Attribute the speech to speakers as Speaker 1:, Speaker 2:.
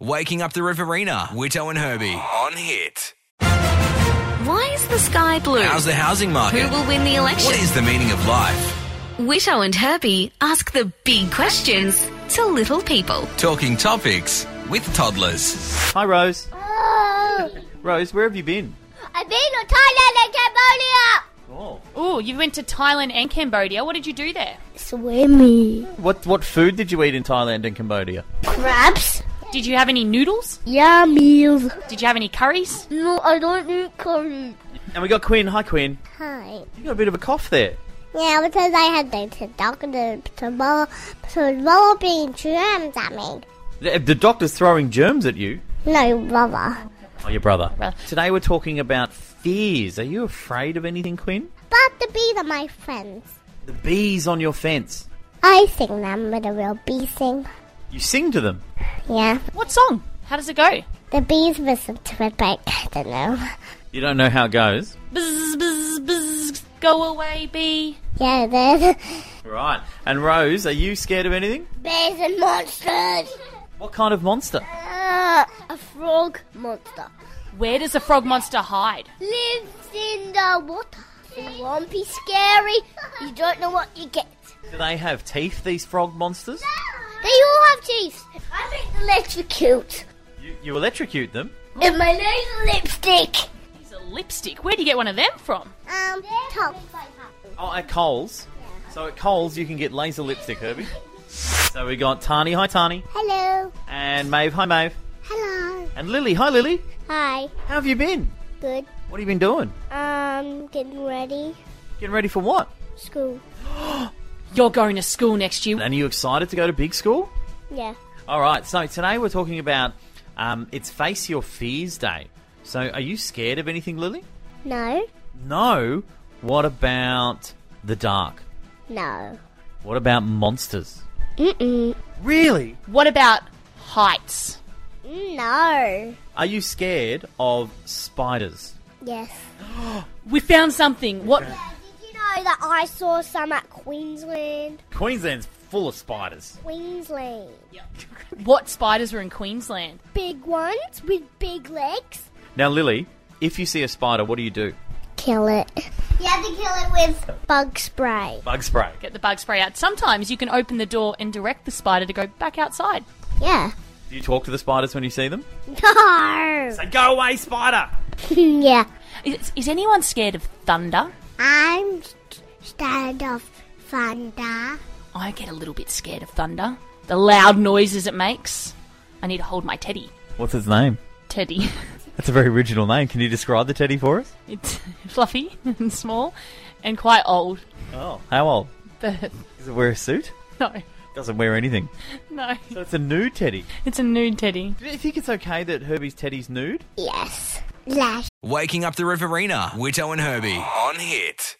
Speaker 1: Waking Up the Riverina, Witto and Herbie on hit.
Speaker 2: Why is the sky blue?
Speaker 1: How's the housing market?
Speaker 2: Who will win the election?
Speaker 1: What is the meaning of life?
Speaker 2: Witto and Herbie ask the big questions to little people.
Speaker 1: Talking topics with toddlers.
Speaker 3: Hi, Rose.
Speaker 4: Oh,
Speaker 3: Rose, where have you been?
Speaker 4: I've been to Thailand and Cambodia.
Speaker 5: Oh, you went to Thailand and Cambodia. What did you do there?
Speaker 4: Swimmy.
Speaker 3: What what food did you eat in Thailand and Cambodia?
Speaker 4: Crabs.
Speaker 5: Did you have any noodles?
Speaker 4: Yummies.
Speaker 5: Did you have any curries?
Speaker 4: No, I don't eat curry.
Speaker 3: And we got Quinn. Hi, Quinn.
Speaker 4: Hi.
Speaker 3: You got a bit of a cough there.
Speaker 4: Yeah, because I had the doctor tomorrow, tomorrow being germs at me.
Speaker 3: The, the doctor's throwing germs at you.
Speaker 4: No, brother.
Speaker 3: Oh, your brother.
Speaker 5: Brother.
Speaker 3: Today we're talking about fears. Are you afraid of anything, Quinn?
Speaker 4: But the bees are my friends.
Speaker 3: The bees on your fence.
Speaker 4: I sing them with a real bee sing.
Speaker 3: You sing to them.
Speaker 4: Yeah.
Speaker 5: What song? How does it go?
Speaker 4: The bees listen to it, but I don't know.
Speaker 3: You don't know how it goes.
Speaker 5: Buzz, buzz, buzz. Go away, bee.
Speaker 4: Yeah, there's
Speaker 3: Right. And Rose, are you scared of anything?
Speaker 4: bears and monsters.
Speaker 3: What kind of monster?
Speaker 4: Uh, a frog monster.
Speaker 5: Where does the frog monster hide?
Speaker 4: lives in the water. It won't be scary. You don't know what you get.
Speaker 3: Do they have teeth? These frog monsters?
Speaker 4: They all have teeth. I make the electrocute.
Speaker 3: You, you electrocute them.
Speaker 4: And my nose lipstick.
Speaker 5: It's a lipstick. Where do you get one of them from?
Speaker 4: Um, top.
Speaker 3: Oh, at Coles. So at Coles, you can get laser lipstick, Herbie. So we got Tani. Hi, Tani.
Speaker 4: Hello.
Speaker 3: And Maeve. Hi, Maeve.
Speaker 4: Hello.
Speaker 3: And Lily. Hi, Lily.
Speaker 4: Hi.
Speaker 3: How have you been?
Speaker 4: Good.
Speaker 3: What have you been doing?
Speaker 4: Um, getting ready.
Speaker 3: Getting ready for what?
Speaker 4: School.
Speaker 5: You're going to school next year.
Speaker 3: And are you excited to go to big school?
Speaker 4: Yeah.
Speaker 3: All right. So today we're talking about um, it's Face Your Fears Day. So are you scared of anything, Lily?
Speaker 4: No.
Speaker 3: No. What about the dark?
Speaker 4: No.
Speaker 3: What about monsters?
Speaker 4: Mm-mm.
Speaker 3: Really?
Speaker 5: What about heights?
Speaker 4: No.
Speaker 3: Are you scared of spiders?
Speaker 4: Yes.
Speaker 5: We found something. What?
Speaker 4: Did you know that I saw some at Queensland?
Speaker 3: Queensland's full of spiders.
Speaker 4: Queensland.
Speaker 5: What spiders are in Queensland?
Speaker 4: Big ones with big legs.
Speaker 3: Now, Lily, if you see a spider, what do you do?
Speaker 4: kill it. You have to kill it with bug spray.
Speaker 3: Bug spray.
Speaker 5: Get the bug spray out. Sometimes you can open the door and direct the spider to go back outside.
Speaker 4: Yeah.
Speaker 3: Do you talk to the spiders when you see them?
Speaker 4: No.
Speaker 3: Say, go away, spider!
Speaker 4: yeah.
Speaker 5: Is, is anyone scared of thunder?
Speaker 4: I'm st- scared of thunder.
Speaker 5: I get a little bit scared of thunder. The loud noises it makes. I need to hold my teddy.
Speaker 3: What's his name?
Speaker 5: Teddy.
Speaker 3: That's a very original name. Can you describe the teddy for us?
Speaker 5: It's fluffy and small and quite old.
Speaker 3: Oh. How old?
Speaker 5: But
Speaker 3: Does it wear a suit?
Speaker 5: no,
Speaker 3: Doesn't wear anything.
Speaker 5: no.
Speaker 3: So it's a nude teddy.
Speaker 5: It's a nude teddy.
Speaker 3: Do you think it's okay that Herbie's teddy's nude?
Speaker 4: Yes. Lash.
Speaker 1: Waking Up the Riverina, Witto and Herbie on hit.